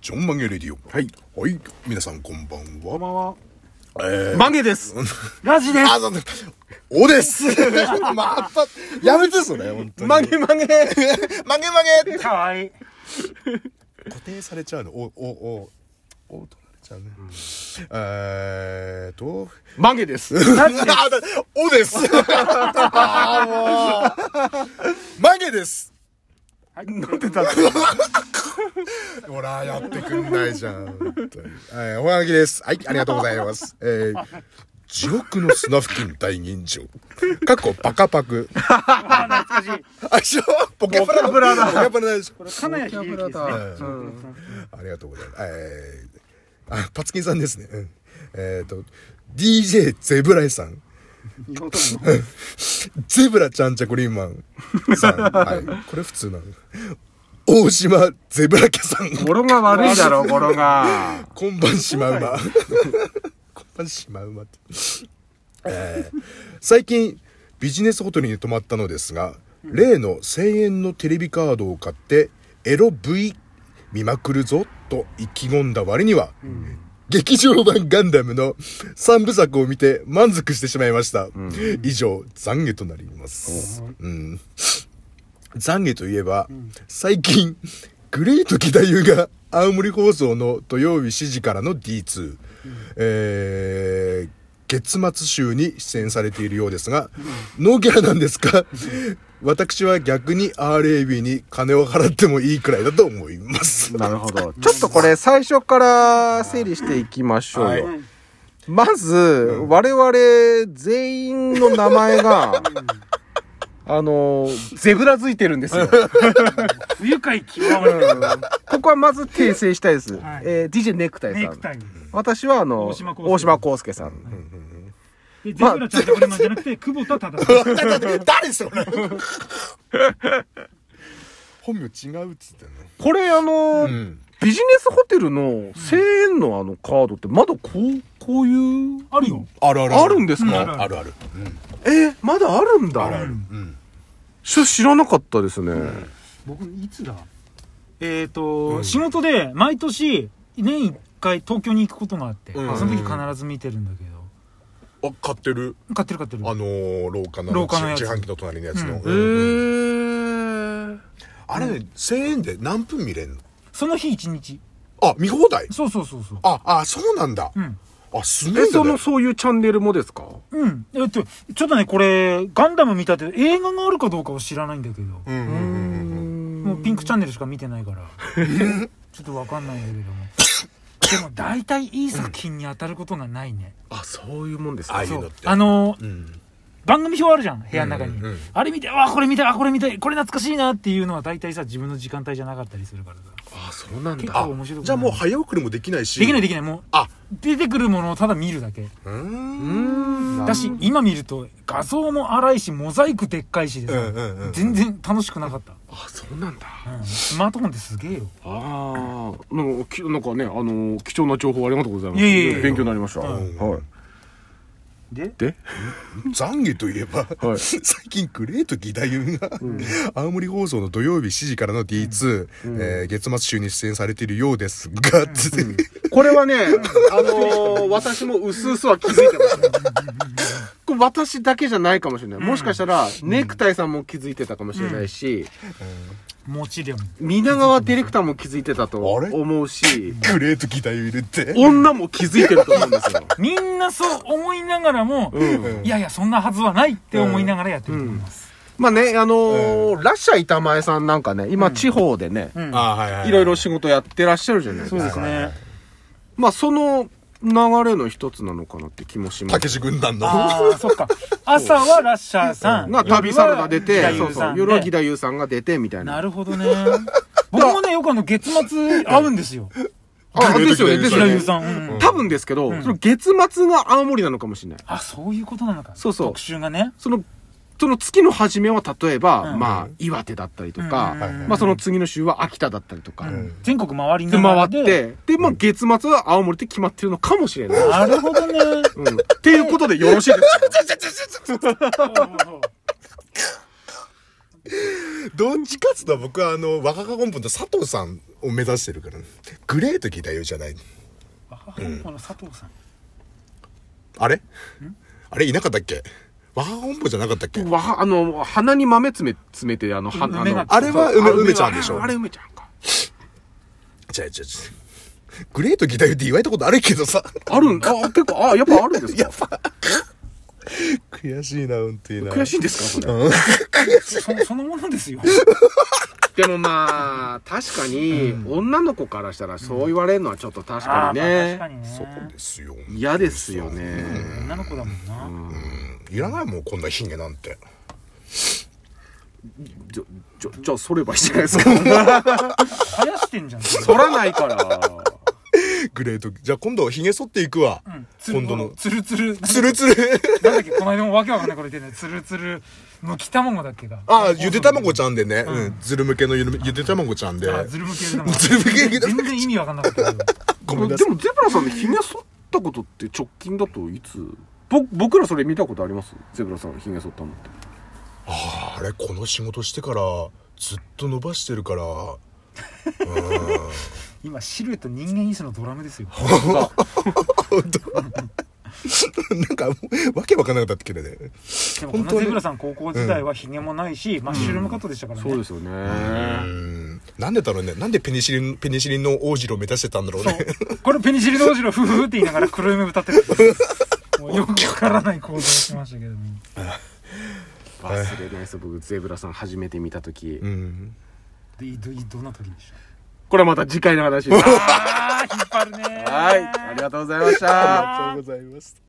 ちょんまげレディオ。はい。はい。皆さんこんばんこは。んばんは。えー、マゲ です。ラジであ、なんだ、おです。 また、やめてそれ、本当す。に。マゲマゲ。まげまげかわいい。固定されちゃうの。お、お、お、お、取られちゃうね。えーっと、マゲです。 あだ おです。 あー もう。まげです。なんでだって。 ほら、やってくんないじゃん。本当にはい、おはがきです。はい、ありがとうございます。えー、地獄の砂付近大吟醸。過去パカパク。懐かしい。あ、しょポケプラポケプラだポケプラです。これ、金谷秀幸ですね。ありがとうございます。えー、あ、パツキンさんですね。うんえっ、ー、と、DJ ゼブライさん。ゼブラちゃんちゃクリーンマンさん。はい。これ普通なの。大島ゼブラ家さん。語呂が悪いだろ、語呂が。こんばんしま うま。こんばんしまうまって。えー最近、ビジネスホテルに泊まったのですが、例の1000円のテレビカードを買って、エロ V 見まくるぞと意気込んだ割には、劇場版ガンダムの3部作を見て満足してしまいました。以上、懺悔となります。うん懺悔といえば、最近、 グレート木太夫が青森放送の土曜日7時からの D2、えー、月末週に出演されているようですが、ノーギャラなんですか私は逆に RAB に金を払ってもいいくらいだと思います。 なるほど。ちょっとこれ最初から整理していきましょうよ。はまず、我々全員の名前 が、あの、ゼブラ付いてるんですよ。不愉快極まりない。 ここはまず訂正したいです。はいえー DJ ネクタイネさクん。タイに。私はあの、大大島島康介康介さん。で、ゼブラちゃんとこれマンじゃなく て、久保田忠さん。誰それ 本名違うっつってんこれあの、の。うん。ビジネスホテルの1000円のあのカードってまだこう、こういう、あるよ。あるある。あるんですうんか、あるあるある。うん。えーまだあるんだ。うん。ちょっと知らなかったですね。僕、いつだえっと、仕事で、毎年、年一回東京に行くことがあって、そうんの時必ず見てるんだけど。あ、買ってる。買ってる買ってる。あのー、廊下の廊下のやつ自販機の隣のやつの、えー。あれね1000円で何分見れんのその日一日。あ見放題そうそうそうそう。ああそうなんだ、うん。あすごえ、いんだその、ねそういうチャンネルもですかうん。えっと、ちょっとね、これ、ガンダム見たって映画があるかどうかは知らないんだけど。うんうんうんうんもうピンクチャンネルしか見てないから ちょっとわかんないんだけどもでも大体いい作品に当たることがないね、あ、そういうもんですああかいうそのっうてあのーうん番組表あるじゃん部屋の中に、うんうんうんあれ見てあこれ見たいあこれ見たいこれ懐かしいなっていうのは大体さ自分の時間帯じゃなかったりするからさあ、そうなん結だ。構あ面白くないじゃあもう早送りもできないしできないでききないもうあ出てくるものをただ見るだけうーんうーん。だし今見ると画像も荒いしモザイクでっかいしでさ、うんうんうん全然楽しくなかった、あ、そうなんだ。あうん、スマートフォンってすげえよあー、なんかきなんかね、あのー、貴重な情報ありがとうございます。いえいえいえ勉強になりました。うはい。でで懺悔といえば、はい 最近グレート義太夫が、青森放送の土曜日7時からの D2、えー月末週に出演されているようですが、つって これはね、あのー私もうすうすは気づいてま した。これ私だけじゃないかもしれない。もしかしたら、ネクタイさんも気づいてたかもしれないし、もちろん皆川ディレクターも気づいてたとあれ思うし、グレート義太夫いるって女も気づいてると思うんですよ。みんなそう思いながらも、うん。いやいや、そんなはずはないって思いながらやってると思います。 まあね、あのーラッシャー板前さんなんかね、今地方でね、うんあはいはいはいいろいろ仕事やってらっしゃるじゃないですそうか。ですね。まあその流れの一つなのかなって気もしますたけ。し軍団のああ、そっか。朝はラッシャーさん。が旅サラダ出て、夜そは義太夫さんうそう、で夜は義太夫さんが出てみたいなな。るほ どね。僕もね、よくあの、月末会うんですよ。あ、ですよね、義です太夫平よね優。さん。うん多分ですけど、んその月末が青森なのかもしれない。あ、そういうことなのか。そうそう特集がね。その、その月の初めは例えば、うんまあ、岩手だったりとか、うんはいはいまあその次の週は秋田だったりとか、ん全国回りでなが回らっで。て、で、まあ月末は青森って決まってるのかもしれない。なるほどね。うん。 っていうことでよろしいですかそうそうそう どっちかっつうと僕はあの、若か本部の佐藤さんを目指してるから、ね、グレート聞いたよじゃない。若本舗の佐藤さんあれあれいなかったっけ若か本部じゃなかったっけわはあの、鼻に豆詰め、詰めて、あの、は、あ梅がの、あれは梅あ梅ちゃんでしょあれ梅ちゃんか。違う違う違う。グレートギターって言われたことあるけどさ。 あるん、あ、結構、あ、やっぱあるんですか悔しいな、うんていな。悔しいんですかそれ。そ そのものですよでもまあ、確かに、女の子からしたらそう言われるのはちょっと確あーかにまあ確かね。にねそうですよ。嫌ですよね。女の子だもんな、いらないもん、こんなヒゲなんて。じゃ、じゃ、じゃあ、剃ればいいじゃないです か。生やしてんじゃんそれ剃らないから。グレート。じゃあ今度ヒゲ剃っていくわ。うんつる今度の。つるつるつるつる。なんだっけこの間もわけわかんないこと言ってねつるつるむき卵だっけがああ、ゆで卵ちゃんゃんでね。うん。ずるむけのゆるゆで卵ちゃんで。あずるむけ卵ずるむけゆで卵全然意味わかんなかったけどごめでも、んなさゼい。ブラさんの髭剃ったことって直近だといつぼ僕らそれ見たことありますゼブラさん髭剃ったのって。あれ、この仕事してから、ずっと伸ばしてるから。 今シルエット人間椅子のドラムですよさ なんか、わけわかんなかったっけどね。でもこ本の当にゼブラさん高校時代はヒゲもないし、マッシュルームカットでしたからね、そうですよね。うん。なんでだろうね。なんでペニシリン、ペニシリンの王子を目指してたんだろうね。そうこれペニシリノージロフフフって言いながら黒夢歌ってたもうよくわからない構造をしましたけどね忘れないです僕ゼブラさん初めて見た時うん。でいどいどんな時でしたこれはまた次 回の話ですあー引っ張るねーはいありがとうございましたありがとうございます。